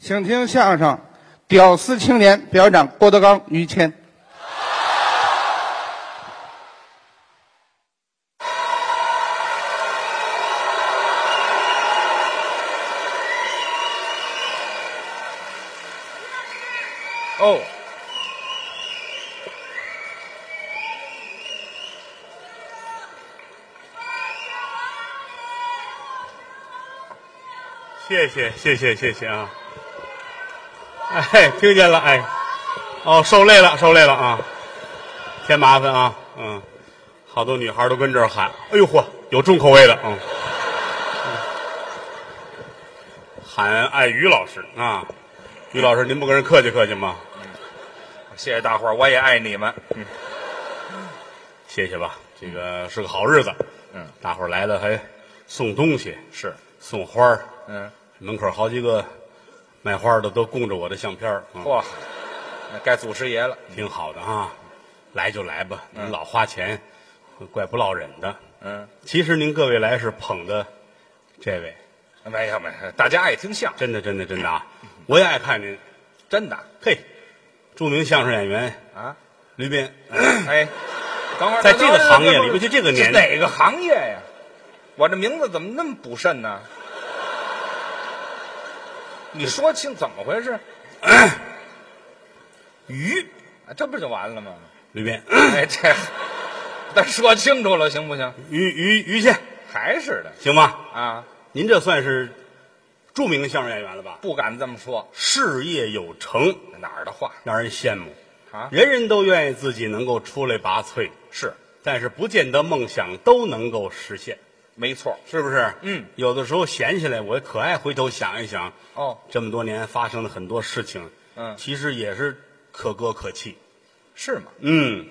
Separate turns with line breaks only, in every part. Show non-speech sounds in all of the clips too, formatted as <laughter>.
请听相声《屌丝青年》，表演者郭德纲、于谦。
哦，谢谢谢谢谢谢啊！哎，听见了哎，哦，受累了受累了啊，添麻烦啊，嗯，好多女孩都跟这儿喊，哎呦嚯，有重口味的，嗯，喊爱于老师啊，于老师您不跟人客气客气吗？
谢谢大伙儿，我也爱你们。嗯
谢谢吧，这个是个好日子。
嗯，
大伙儿来了还送东西，
是，
送花儿。
嗯，
门口好几个卖花儿的都供着我的相片儿，嗯
嚯，那该祖师爷了。
挺好的啊。来就来吧，您老花钱，怪不落忍的。
嗯，
其实您各位来是捧的这位，
没有没有，大家爱听相声，
真的真的真的啊！我也爱看您，
真的
嘿，著名相声演员
啊。
吕斌， <clears throat>
哎，等会儿，
在这个行业里
等会儿
尤其这个年代
哪个行业呀？我这名字怎么那么不慎呢？你说清怎么回事？
于
啊这不就完了吗？
吕斌，
哎，这咱说清楚了行不行？
于于于谦，
还是的
行吗？
啊，
您这算是著名相声演员了吧？
不敢这么说，
事业有成，
哪儿的话
让人羡慕，
啊？
人人都愿意自己能够出类拔萃，
是，
但是不见得梦想都能够实现，
没错儿。
是不是？
嗯，
有的时候闲下来，我可爱回头想一想，
哦，
这么多年发生的很多事情，
嗯
其实也是可歌可泣。
是吗？
嗯，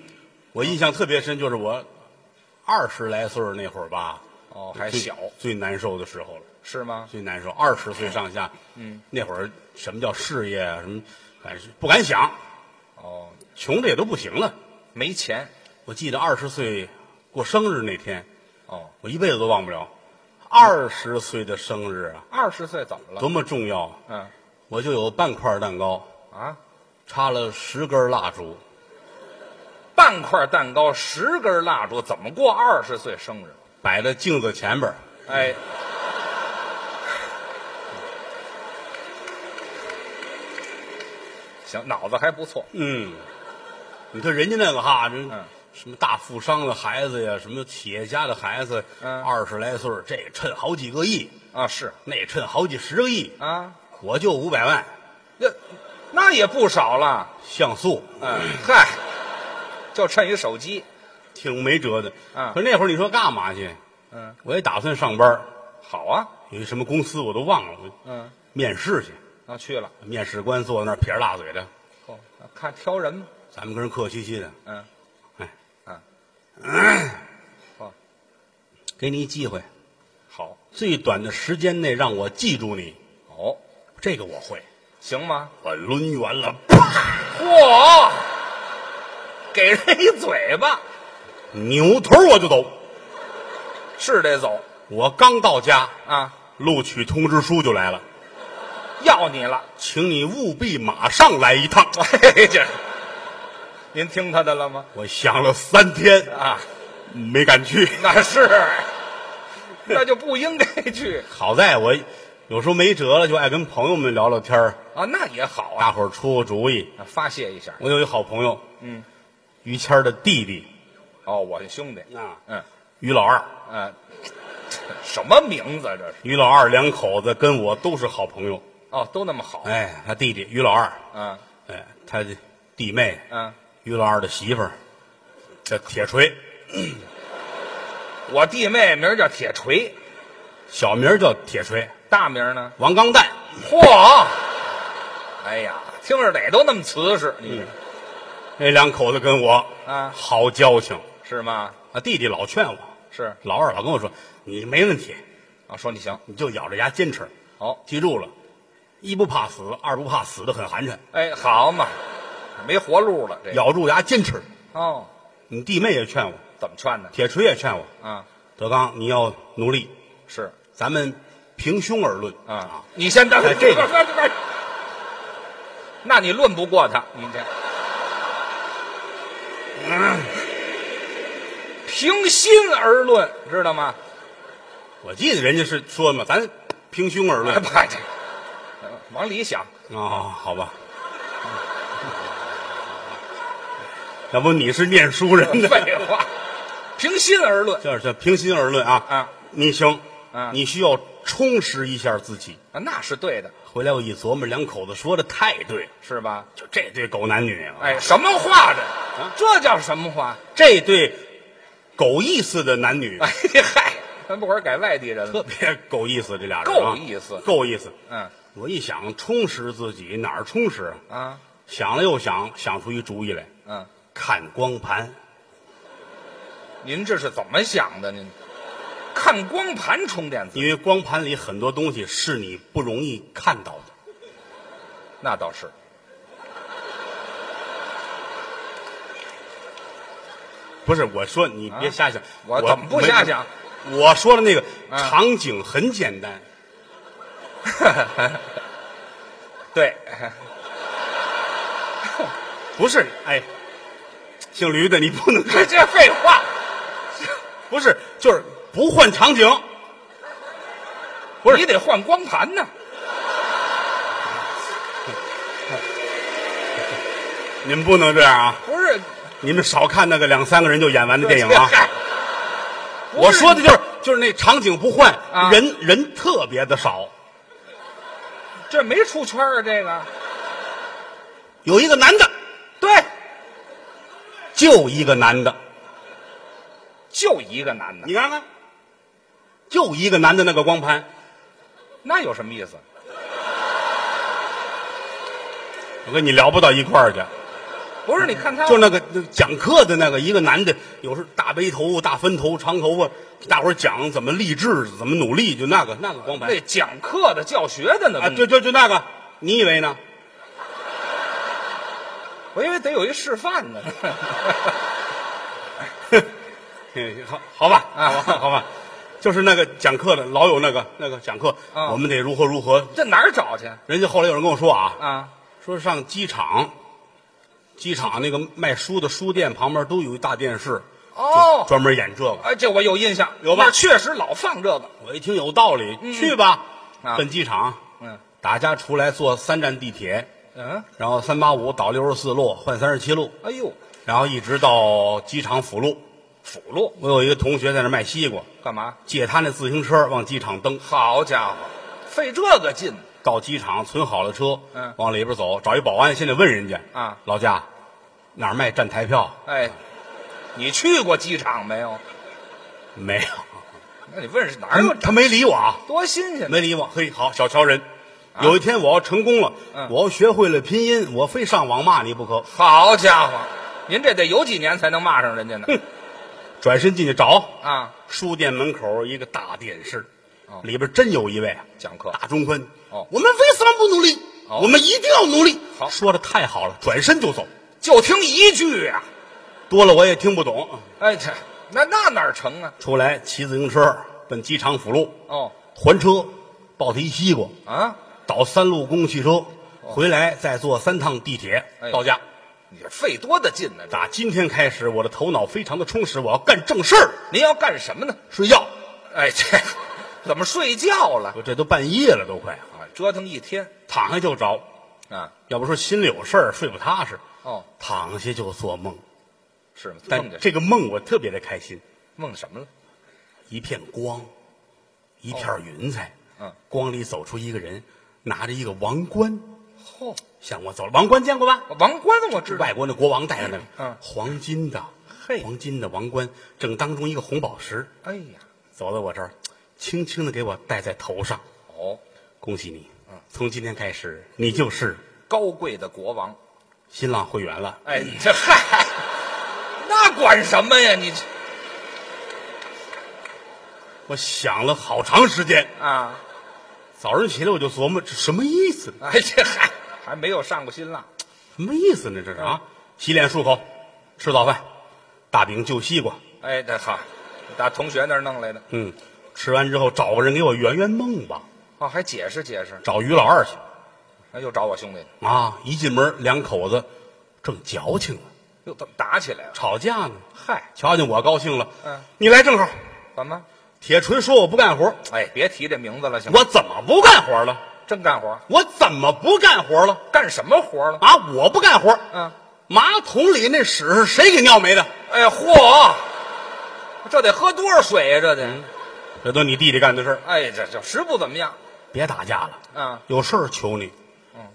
我印象特别深，就是我二十来岁儿那会儿吧，
哦，还
最
小
最难受的时候了。
是吗？
最难受，二十岁上下，嗯，那会儿什么叫事业啊？什么，反正不敢想，
哦，
穷的也都不行了。
没钱
我记得二十岁过生日那天，
哦，
我一辈子都忘不了。二十岁的生日啊，
二十岁怎么了？
多么重要！啊
嗯
我就有半块蛋糕，
啊，
插了十根蜡烛，
半块蛋糕，十根蜡烛，怎么过二十岁生日？
摆在镜子前边儿
哎，行，脑子还不错，
嗯，你看人家那个哈，这
嗯
什么大富商的孩子呀，什么企业家的孩子，
嗯
二十来岁儿这个趁好几个亿，
啊是
那趁好几十个亿，
啊，
我就五百万
那那也不少了，
像素，
嗯，嗨，就趁一手机，
挺没辙的。
嗯
可那会儿你说干嘛去？
嗯，
我也打算上班儿，
好啊，
有一什么公司我都忘了，我
嗯，
面试去。
那去了，
面试官坐在那儿撇着大嘴的，
哦，看挑人嘛，
咱们跟人客气气的，
嗯，
哎，
嗯，好，
给你一机会，
好，
最短的时间内让我记住你，
哦，
这个我会。
行吗？
我抡圆了，
嚯，给人一嘴巴，
扭头我就走。
是得走
我刚到家，
啊，
录取通知书就来了，
要你了。
请你务必马上来一趟。
哎，这 <laughs> 您听他的了吗？
我想了三天，
啊，
没敢去。
那是， <laughs> 那就不应该去
好在我有时候没辙了，就爱跟朋友们聊聊天儿
啊，那也好啊，
大伙儿出主意。
发泄一下。
我有一好朋友，
嗯，
于谦儿的弟弟
哦，我的兄弟，
啊，
嗯
于老二，
嗯、什么名字这是？
于老二两口子跟我都是好朋友。
哦，都那么好，
哎，他弟弟于老二，
嗯
哎，他的弟妹
嗯，
于老二的媳妇儿叫铁锤，
我弟妹名叫铁锤，
小名儿叫铁锤，
大名呢？
王刚蛋。
嚯！哎呀，听着哪都那么瓷实，你这
那两口子跟我
啊
好交情
是吗？
啊，弟弟老劝我，
是
老二老跟我说你没问题，
啊，说你行，哦
你就咬着牙坚持，
好，
记住了，一不怕死，二不怕死的很寒碜，
哎，好嘛，没活路了，这
咬住牙坚持。
哦，
你弟妹也劝我，
怎么劝的？
铁锤也劝我，
啊，
德刚你要努力，
是
咱们平胸而论
啊啊，你先等 <laughs>
哎这个
个那你论不过他，你这。
嗯
平心而论，知道吗？
我记得人家是说嘛，咱平胸而论
哎，
啊、
不，这往里想，
哦，好吧。 <laughs> 要不你是念书人的，
废话，平心而论
就是这平心而论啊。
啊，
你行，
啊
你需要充实一下自己。
啊那是对的，
回来我一琢磨，两口子说的太对了，
是吧？
就这对狗男女，啊
哎，，什么话这？这叫什么话？ <laughs>
这对狗意思的男女，
哎嗨，咱不会儿改外地人
特
了。
别狗意思，这俩人啊
够意思
够意思。
嗯
我一想充实自己，哪儿充实啊？
啊
想了又想，想出一主意来，
嗯，
看光盘。
您这是怎么想的？您看光盘充电
因
子，
为光盘里很多东西是你不容易看到的。
那倒是。
不是，我说你别瞎想，
我怎么不瞎想？
没我说的那个
啊
场景很简单，
<laughs> 对，
<laughs> 不是？哎，姓驴的你不能看，
这废话，
<laughs> 不是，就是不换场景。
不是你得换光盘呢？
你们不能这样啊！
不是
你们少看那个两三个人就演完的电影
<laughs>
啊！
嗨不是
我说的就是就是那场景不换，
啊
人人特别的少。
这没出圈啊，这个
有一个男的，
对，
就一个男的，
就一个男的，
你看看，就一个男的那个光盘。
那有什么意思？
我跟你聊不到一块儿
啊
去，
不是，你看他
就那个那个讲课的那个一个男的，有时候大背头、大分头、长头发，大伙儿讲怎么励志、怎么努力，就那个那个光盘
那讲课的、教学的呢？
啊，对，就就那个，你以为
<laughs>
呢？
我以为得有一示范呢。
嗯好，好吧，
啊
好 <laughs> 吧，好吧，就是那个讲课的，老有那个那个讲课，
啊
我们得如何如何。
这哪儿找去
人家后来有人跟我说啊，
啊？
说上机场，机场那个卖书的书店旁边都有一大电视，
哦，
专门演这个。
哎，这我有印象，
有吧
那儿确实老放这个。
我一听有道理，去吧，
嗯啊
奔机场，
嗯
打家出来坐三站地铁，
嗯，
然后三八五倒六十四路换三十七路，
哎呦，
然后一直到机场辅路。
辅路
我有一个同学在那卖西瓜，
干嘛？
借他那自行车往机场蹬，
好家伙，费这个劲
到机场存好了车，
嗯
往里边走，找一保安，先得问人家
啊
老家哪儿卖站台票？
哎，你去过机场没有？
没有，
那你问是哪
他
儿有？
他没理我啊，
多新鲜！
嗯没理我。嘿，好，小瞧人。有一天我要成功了，
啊嗯
我要学会了拼音，我非上网骂你不可。
好家伙，您这得有几年才能骂上人家呢？
转身进去找，
啊，
书店门口一个大电视，
哦
里边真有一位啊
讲课
大中分。
哦
我们为什么不努力？
哦
我们一定要努力。
好
说的太好了，转身就走。
就听一句呀、
多了我也听不懂。
哎，这那那哪儿成啊？
出来骑自行车奔机场辅路，
哦
还车，抱他一西瓜，
啊，
倒三路公共汽车，回来再坐三趟地铁
哦哎
到家。
你这费多大劲呢、这
打今天开始，我的头脑非常的充实，我要干正事儿。
您要干什么呢？
睡觉，
哎，这怎么睡觉了？
我这都半夜了，都快
啊，折腾一天
躺下就着。
啊！
要不说心里有事儿，睡不踏实。
哦，
躺下就做梦，
是吗？梦
但
见
这个梦我特别的开心，
梦什么了？
一片光，一片云彩，
嗯，
光里走出一个人，拿着一个王冠
嚯、
向我走来。王冠见过吧？
王冠我知道，
外国那国王戴着那个，
嗯
黄金的，
嘿
黄金的王冠，正当中一个红宝石，
哎呀，
走到我这儿，轻轻的给我戴在头上。
哦，
恭喜你，从今天开始，你就是
高贵的国王，
新浪会员了。
哎，你这嗨，那管什么呀？你这
我想了好长时间，
啊，
早上起来我就琢磨，这什么意思？
哎，这嗨，还没有上过新浪，
什么意思呢？这是啊！洗脸漱口，吃早饭，大饼就西瓜。
哎，这好，打同学那儿弄来的，
嗯，吃完之后找个人给我圆圆梦吧，
哦，还解释解释，
找于老二去。
那又找我兄弟了，
啊！一进门，两口子正矫情呢，
又怎么打起来了？
吵架呢。
嗨，
瞧见我高兴了，
嗯，
你来正好。
怎么？
铁锤说我不干活，
哎，别提这名字了，行吗？
我怎么不干活了？
真干活，
我怎么不干活了？
干什么活了？
啊，我不干活。
嗯，
马桶里那屎是谁给尿没的？
哎呀，嚯，这得喝多少水呀、这得，
这都你弟弟干的事儿。
哎，这这实不怎么样。
别打架了，
嗯
有事儿求你，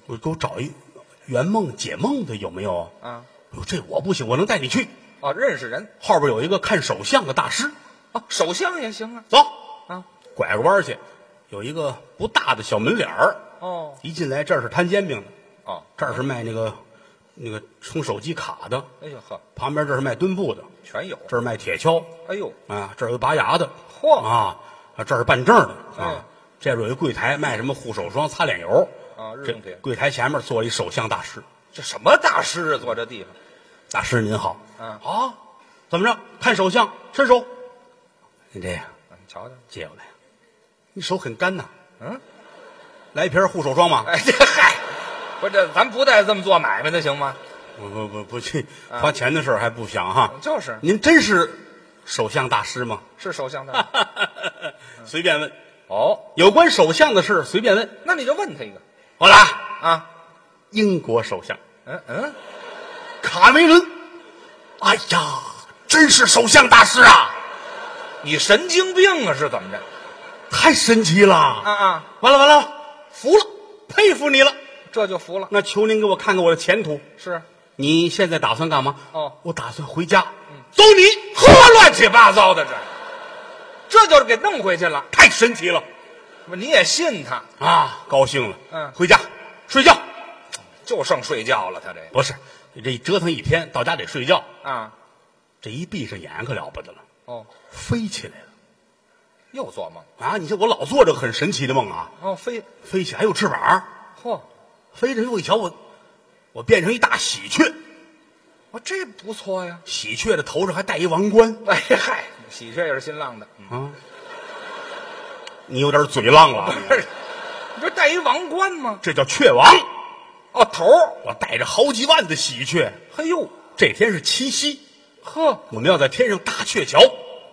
我给我找一圆梦解梦的有没有啊？
啊，
哟，这我不行，我能带你去。
哦，认识人，
后边有一个看手相的大师，
哦，手相也行啊。
走，
啊，
拐个弯儿去，有一个不大的小门脸儿，
哦，
一进来这儿是摊煎饼的，
哦，
这儿是卖那个那个充手机卡的，
哎呦呵，
旁边这是卖墩布的，
全有。
这儿卖铁锹，
哎呦，
啊，这儿有拔牙的，
嚯
啊，啊这儿办证的
哎
啊，这边有一柜台卖什么护手霜、擦脸油
啊日
这
用品
柜台前面坐了一手相大师，
这什么大师啊，坐这地方？
大师您好，
嗯
啊，怎么着？看手相，伸手，你这样
啊你瞧瞧，
借过来，你手很干呐，
嗯，
来一瓶护手霜吧。
哎，这嗨，不是，这咱不带这么做买卖的行吗？
不不不不去，
嗯
花钱的事儿还不想哈。
就是
您真是手相大师吗？ <laughs>
是手相的。
随便问，
哦，
有关手相的事儿随便问。
那你就问他一个
好啦，
啊，
英国首相
嗯嗯，
卡梅伦，哎呀，真是首相大师啊，
你神经病啊，是怎么着？
太神奇了！
啊啊，
完了完了，服了，佩服你了。
这就服了。
那求您给我看看我的前途。
是，
你现在打算干嘛？
哦
我打算回家。走你，呵，
这乱七八糟的这，这就是给弄回去了。
太神奇了
不你也信他？
啊！高兴了，
嗯
回家睡觉。
就剩睡觉了，他这
不是，这一折腾一天，到家得睡觉。
啊，
这一闭上眼可了不得了，
哦，
飞起来了
又做梦
啊！你说我老做这个很神奇的梦啊，
哦，飞，
飞起来还有翅膀，
嚯，
飞着我一瞧，我我变成一大喜鹊，
我这不错呀。
喜鹊的头上还戴一王冠
哎嗨，喜鹊也是新浪的，嗯 <laughs>
啊！你有点嘴浪了，啊
不是你这戴一王冠吗？
这叫雀王。
哦，头儿，
我带着好几万的喜鹊，
嘿呦，
这天是七夕，
呵，
我们要在天上搭鹊桥。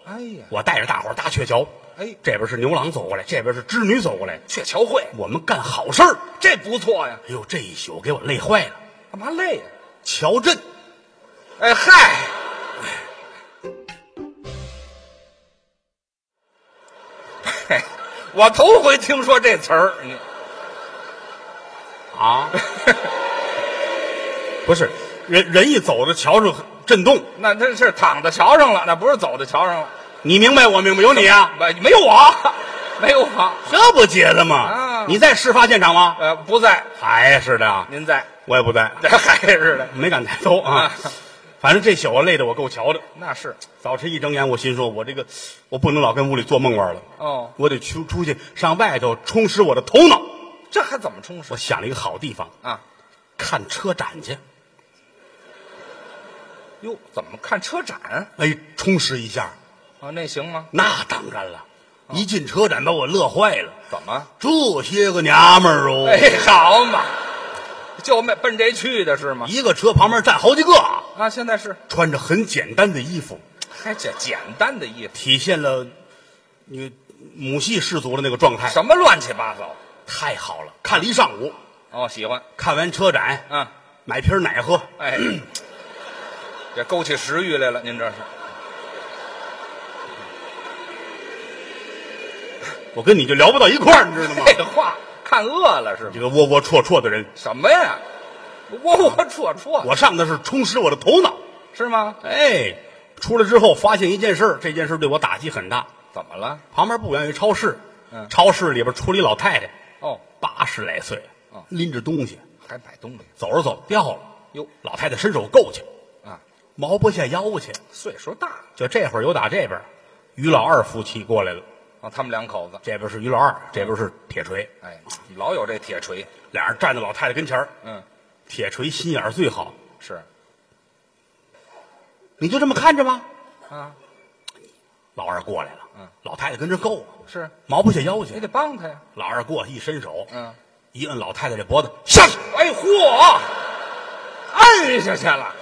哎呀，
我带着大伙儿搭鹊桥，
哎
这边是牛郎走过来，这边是织女走过来，
鹊桥会，
我们干好事儿。
这不错呀，
哎呦，这一宿给我累坏了。
干嘛累呀？
乔振，
哎嗨，嘿哎我头回听说这词儿，你
啊， <laughs> 不是，人人一走到桥上震动，
那那是躺在桥上了，那不是走在桥上了，
你明白我明白，有你啊，
没没有我，没有我，
这不结的吗？
啊
你在事发现场吗？
呃，不在，
还是的，啊
您在，
我也不在，
这还是的，
没敢抬头啊
啊。
<laughs> 反正这宿啊累得我够瞧的。
那是
早晨一睁眼，我心说，我这个我不能老跟屋里做梦玩了，
哦，
我得出出去上外头充实我的头脑。
这还怎么充实
我想了一个好地方，
啊？
看车展去，
哟，怎么看车展
哎，充实一下。
啊？那行吗？
那当然
哦
了，一进车展把我乐坏了。
怎么？
这些个娘们儿哦，
哎，好嘛，就奔奔这去的是吗？
一个车旁边站好几个，
啊，现在是
穿着很简单的衣服，
还简简单的衣服，
体现了你母系氏族的那个状态，
什么乱七八糟？
太好了！看了一上午，
哦，喜欢，
看完车展，
嗯，
买瓶奶喝，
哎，这勾起食欲来了，您这是
我跟你就聊不到一块儿，你知道吗？
废话，看饿了是
这
吗？
个窝窝戳戳的人，
什么呀？窝窝戳戳
我上的是充实我的头脑。
是吗？
哎，出来之后发现一件事儿，这件事儿对我打击很大。
怎么了？
旁边不远有一超市，
嗯
超市里边出了一老太太，
哦，
八十来岁
哦，
拎着东西
还买东西
走着走掉了。
哟
老太太伸手够去，
啊？
毛不下腰去。
岁数大了
就这会儿有打这边，于老二夫妻过来了，
啊，他们两口子，
这边是于老二，这边是铁锤，
哎，老有这铁锤，
俩人站在老太太跟前儿。
嗯，
铁锤心眼儿最好，
是
你就这么看着吧。
啊，
老二过来了，
嗯，
老太太跟着够啊，
是
毛不下腰
你
去。
得帮他呀，
老二过去一伸手，
嗯，
一摁老太太这脖子，下去，
哎嚯，摁下去了，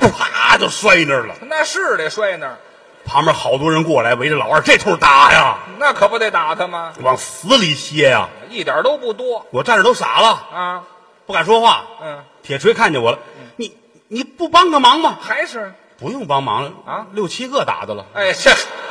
啪就摔那儿了。
那是得摔那儿，
旁边好多人过来围着老二，这通打呀，
那可不得打他吗？
往死里歇呀！
一点都不多
我站着都傻了，
啊，
不敢说话。
嗯，
铁锤看见我了，你你不帮个忙吗？
还是
不用帮忙了
啊
六七个打的了，
哎这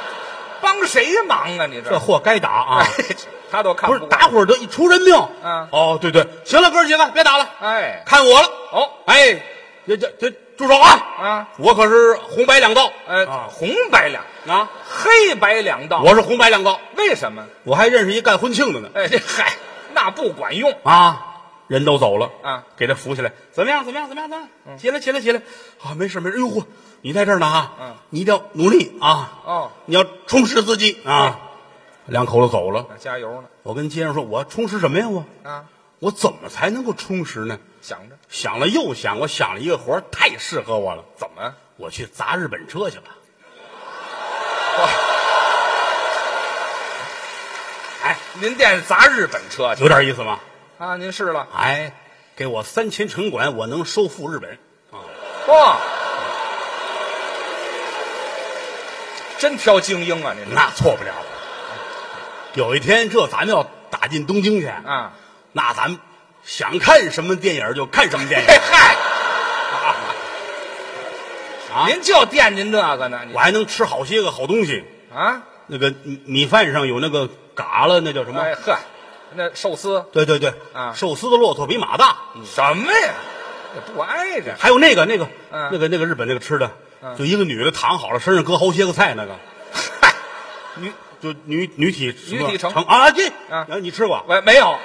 <laughs> 帮谁忙啊？你这
这货该打啊
<laughs> 哎！他都看
不是
过，
打会儿得一出人命。
嗯
哦，对对，行了，哥儿几个别打了，
哎
看我了。
哦
哎，这这这住手啊！
啊
我可是红白两道。
呃、
啊
红白两
啊，
黑白两道，
我是红白两道，
为什么？
我还认识一干婚庆的呢。
啊哎这嗨那不管用，
啊，人都走了
啊，
给他扶起来，怎么样？怎么样？怎么样？怎么样？起来，起来，起来！啊，没事，没事。哎呦嚯，你在这儿呢啊！
嗯，
你一定要努力啊！
哦，
你要充实自己
嗯
啊！两口子走了，
那加油呢
我跟街上说，我充实什么呀？我
啊，
我怎么才能够充实呢？
想着
想了又想，我想了一个活儿太适合我了，
怎么
我去砸日本车去了。哎，
您惦着砸日本车去
有点意思吗？
啊？您试了
哎，给我三千城管，我能收复日本。
哇，真挑精英啊！您这
那错不了。有一天，这咱们要打进东京去，
啊，
那咱们想看什么电影就看什么电
嘿
影，
嗨，
啊
<laughs> 您就惦记这个呢？你
我还能吃好些个好东西。
啊，
那个米米饭上有那个嘎了，那叫什么？
哎呵，那寿司
对对对，
啊
寿司的骆驼比马大。
什么呀？这不挨着
还有那个那个、
嗯
那个那个日本那个吃的，就一个女的躺好了，身上搁好些个菜那个，女就女女体什么
女体成
啊这
啊
你吃过
喂，没有，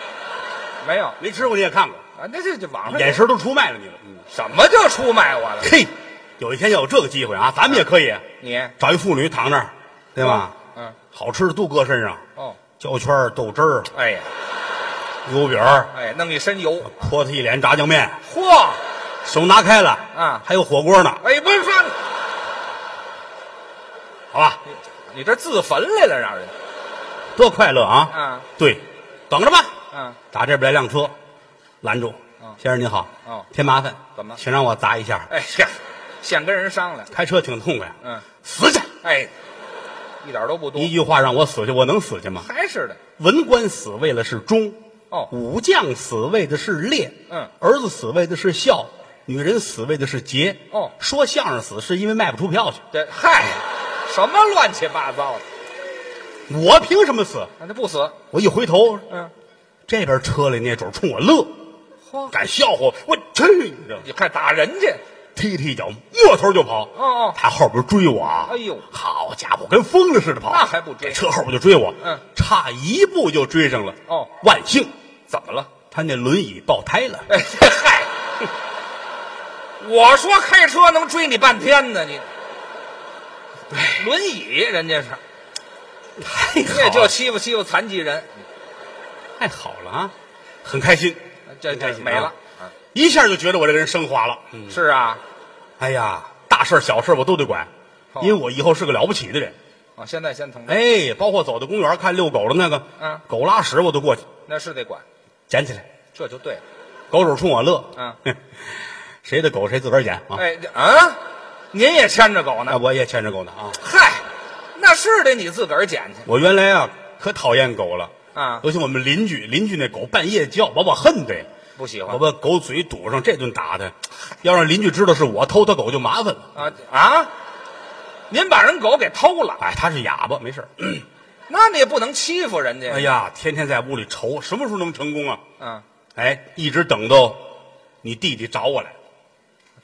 没有
没吃过你也看过，
啊？那这这网上
眼神都出卖了你了。嗯
什么叫出卖我了？
嘿，有一天要有这个机会啊，咱们也可以
你
找一妇女躺那儿，对吧？
嗯
好吃的都搁身上，
哦，
焦圈儿、豆汁儿、
哎呀，
油饼儿，
哎，弄一身油，
泼他一脸炸酱面，
嚯，
手拿开了，
啊
还有火锅呢，
哎，不是说
好吧，
你这自焚来了，让人
多快乐啊！
啊
对，等着吧。
啊，
打这边来辆车，拦住，先生您好，
哦
添麻烦，
怎么
请让我砸一下，
哎呀，现跟人商量，
开车挺痛快，
嗯，
死去，
哎，一点都不多
一，句话让我死去，我能死去吗？
还是的，
文官死为了是忠，
哦
武将死为的是烈，
嗯
儿子死为的是孝，女人死为的是节，
哦
说相声死是因为卖不出票去，
这嗨，什么乱七八糟的，
我凭什么死？
那就不死，
我一回头，
嗯，
这边车里那主冲我乐，
嚯，
敢笑话我，我去，你知道吗
你快打人去，
踢踢脚，抹头就跑。
哦哦
他后边追我啊！
哎呦
好家伙，跟疯了似的跑，
那还不追
这车后边就追我，
嗯，
差一步就追上了。
哦
万幸
怎么了？
他那轮椅爆胎了，
哎这嗨，我说开车能追你半天呢，你。轮椅，人家是，
太好
这就
了，
欺负欺负残疾人，
太好了啊！很开心，
这
很开
这
心啊
没了。
一下就觉得我这个人升华了。嗯，
是啊，
哎呀，大事儿小事儿我都得管，
哦
因为我以后是个了不起的人。
啊，现在先疼，
哎，包括走到公园看遛狗的那个，
嗯
狗拉屎我都过去
那是得管，
捡起来，
这就对了。
狗主冲我乐，
嗯
哼，谁的狗谁自个儿捡啊。
哎，这啊，您也牵着狗
那
呢？
我也牵着狗呢啊！
嗨，那是得你自个儿捡去
我原来啊可讨厌狗了
啊
尤其我们邻居，邻居那狗半夜叫，把我恨的，
不喜欢
我把狗嘴堵上，这顿打它。要让邻居知道是我偷他狗就麻烦了。
啊啊！您把人狗给偷了，
哎，他是哑巴，没事儿。
那你也不能欺负人家。
哎呀，天天在屋里愁，什么时候能成功啊？
啊，
哎，一直等到你弟弟找我来，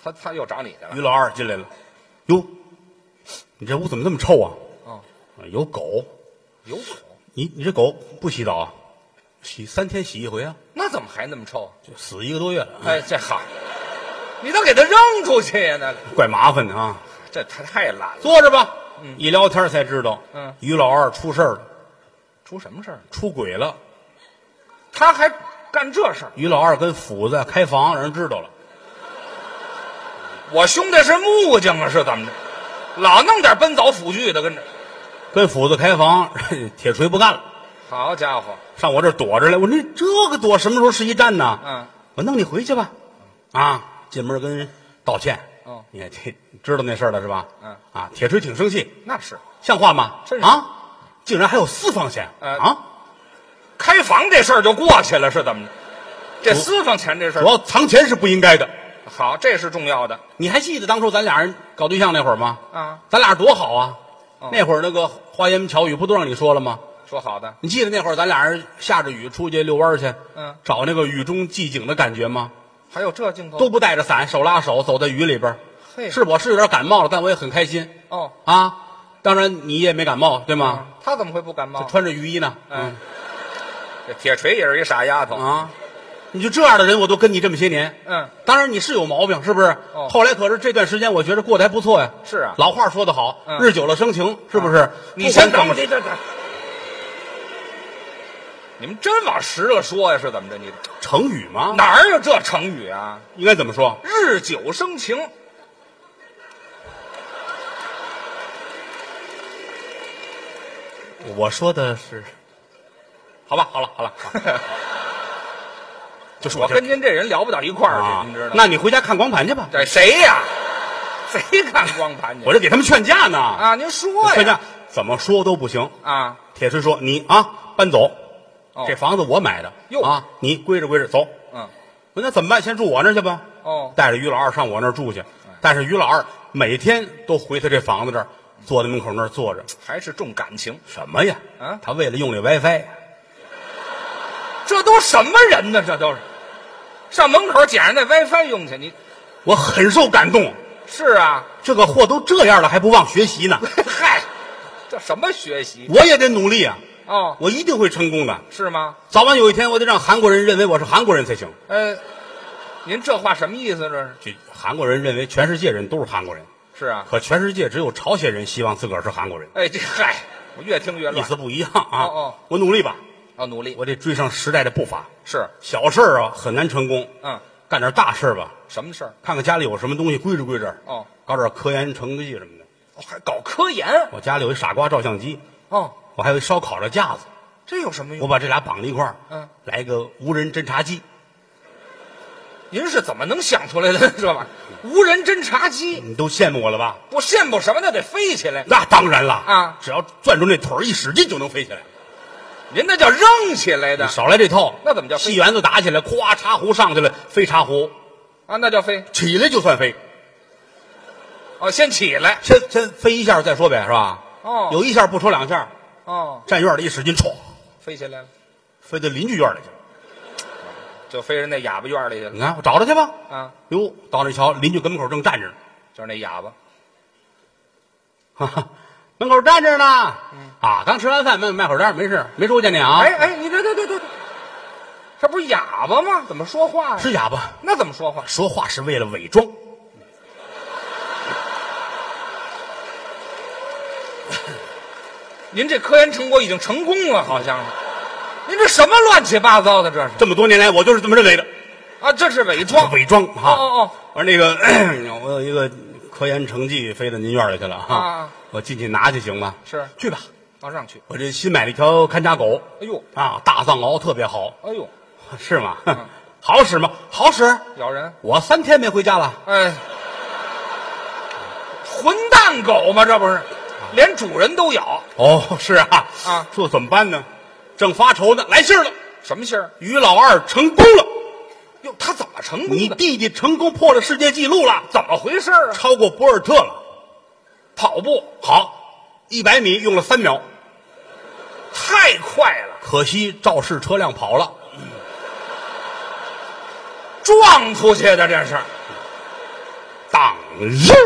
他他又找你去了。
于老二进来了，哟，你这屋怎么这么臭啊？
哦，
啊有狗，
有狗，
你你这狗不洗澡啊？洗三天洗一回啊，
那怎么还那么臭？
就死一个多月了，
哎，这好，你都给他扔出去呀？那
怪麻烦的啊。
这他太懒了，
坐着吧。一聊天才知道，
嗯
于老二出事儿了，
出什么事儿？
出轨了。
他还干这事儿？
于老二跟斧子开房，让人知道了。
我兄弟是木匠啊，是怎么着？老弄点奔走斧锯的跟着。
<laughs> 跟斧子开房，铁锤不干了，
好家伙，
上我这儿躲着来。我说你这个躲什么时候是一站呢？
嗯，
我弄你回去吧。啊，进门跟人道歉。
哦
你看这知道那事儿了是吧？
嗯
啊，铁锤挺生气，
那是
像话吗？
真是
啊，竟然还有私房钱、
呃
啊！
开房这事儿就过去了，是怎么着？这私房钱这事
主
儿
要藏钱是不应该的。
好，这是重要的。
你还记得当初咱俩人搞对象那会儿吗？
啊，
咱俩多好啊！
哦
那会儿那个花言巧语不都让你说了吗？
说好的，
你记得那会儿咱俩人下着雨出去遛弯儿去，
嗯
找那个雨中寂景的感觉吗？
还有这镜头
都不带着伞，手拉手走在雨里边儿。
嘿
是我是有点感冒了，但我也很开心
哦，
啊。当然你也没感冒，对吗？
啊他怎么会不感冒？
穿着雨衣呢，嗯
哎，这铁锤也是一傻丫头。
啊，你就这样的人，我都跟你这么些年。
嗯，
当然你是有毛病，是不是？
哦
后来可是这段时间，我觉得过得还不错呀。
是啊
老话说得好，
嗯啊
日久了生情，是不是？
你先
不
等
管怎么
我，你这这，你们真往实了说呀？是怎么着？你
成语吗？
哪儿有这成语啊？
应该怎么说？
日久生
<laughs>
情，
我说的是，好吧，好了，好了，好了就是
啊我
这
跟您这人聊不到一块儿
啊
去，您知道吗？
那你回家看光盘去吧。
这谁呀？ <laughs> 谁看光盘去
我？这给他们劝架呢。
啊，您说
劝
呀
架？怎么说都不行。
啊，
铁锤说：“你啊，搬走，
哦
这房子我买的。
哟
啊，你归置归置，走。
嗯，
我说那怎么办？先住我那儿去吧。
哦，哎
带着于老二上我那儿住去。但是于老二每天都回他这房子这儿，坐在门口那儿坐着。
还是重感情，
什么呀？
啊
他为了用这 WiFi，
这都什么人呢？这都是上门口捡人那 WiFi 用去，你
我很受感动。
是啊？
<laughs> 这个货都这样了，还不忘学
<laughs>
习呢。
嗨，这什么学习？
我也得努力啊，
哦，
我一定会成功的。
是吗？
早晚有一天，我得让韩国人认为我是韩国人才行。
呃，您这话什么意思？这是
这韩国人认为全世界人都是韩国人，
是啊？
可全世界只有朝鲜人希望自个儿是韩国人。”
哎，这嗨，我越听越
意
乱。
思不一样啊。
哦哦
我努力吧，
要努力
我得追上时代的步伐。
是，
小事儿啊很难成功，
嗯，
干点大事儿吧，
什么事儿？
看看家里有什么东西归置归置。
哦，
搞点科研成绩什么的。
哦还搞科研
我家里有一傻瓜照相机，
哦，
我还有一烧烤的架子，
这有什么
我
用？
把这俩绑在一块儿，
嗯，
来个无人侦察机。
您是怎么能想出来的 <laughs> 这玩意儿？无人侦察机，
你都羡慕我了吧？
我羡慕什么？那得飞起来，
那当然了
啊
只要攥住那腿儿一使劲就能飞起来。
您那叫扔起来的
你少来这套，
那怎么叫飞
戏园子打起来，咵茶壶上去了，飞茶壶
啊，那叫飞
起来就算飞，
哦，先起来
先先飞一下再说呗，是吧？
哦
有一下不说两下，
哦，
站院里一使劲，歘，
飞起来了，
飞到邻居院里去了。
就飞人那哑巴院里去了
你看，我找他去吧。
啊，
哟，到那瞧，邻居跟门口正站着呢，
就是那哑巴
哈哈，门口站着呢。啊，刚吃完饭，卖卖会儿单，没事，没说见你啊。
嗯哎，哎，你这这这这，这这不是哑巴吗？怎么说话呀、
是哑巴，
那怎么说话？
说话是为了伪装。
您这科研成果已经成功了，好像是。您这什么乱七八糟的？这是
这么多年来，我就是这么认为的，
啊，这是伪装。
伪装哈。
哦哦哦
我说那个，咳我有一个科研成绩飞到您院里去了哈、
啊
我进去拿去行吗？
是
去吧。
往上去。
我这新买了一条看家狗
哎呦，
啊，大藏獒特别好，
哎呦，
是吗？
嗯
<laughs> 好使吗？好使。
咬人！
我三天没回家了。
哎，混蛋狗嘛，这不是，连主人都咬。
哦，是啊，
啊
这怎么办呢？正发愁呢，来信儿了，
什么信儿？
于老二成功了，
哟，他怎么成功
你
的？
弟弟成功破了世界纪录了，怎
怎么回事儿啊？
超过博尔特了？
跑步
好，一百米用了三秒，
太快了，
可惜肇事车辆跑了。
撞出去的这是，
当然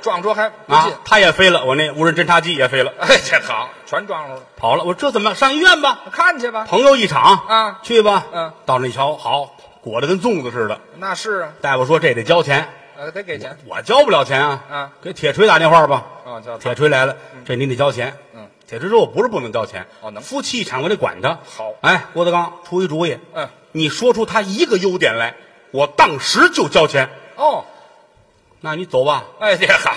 撞出还不进
啊。，他也飞了，我那无人侦察机也飞了，
哎，这好，全撞出了，
跑了。我说这怎么办上医院吧？
看去吧。
朋友一场
啊
去吧。
嗯，
到那一瞧，好，裹得跟粽子似的。
那是啊，
大夫说这得交钱，
呃，得给钱。
我交不了钱啊。
啊，
给铁锤打电话吧。
哦，叫他
啊铁锤来了，这您得交钱。
嗯，
铁锤说我不是不能交钱，
哦能
夫妻一场我得管他。
好
哎，郭德纲出一主意，
嗯，
你说出他一个优点来，我当时就交钱。
哦，
那你走吧，
哎，这好，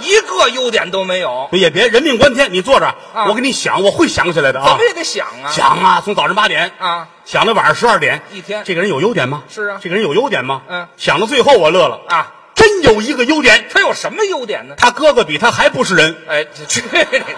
一个优点都没有，
也别人命关天，你坐着，
啊
我给你想，我会想起来的
怎
啊
么。也得想啊，
想啊，从早晨八点
啊，
想到晚上十二点，
一天
这个人有优点吗？
是啊
这个人有优点吗？
嗯
想到最后我乐了，
啊，
真有一个优点，
他有什么优点呢？
他哥哥比他还不是人。
哎，这去你的吧！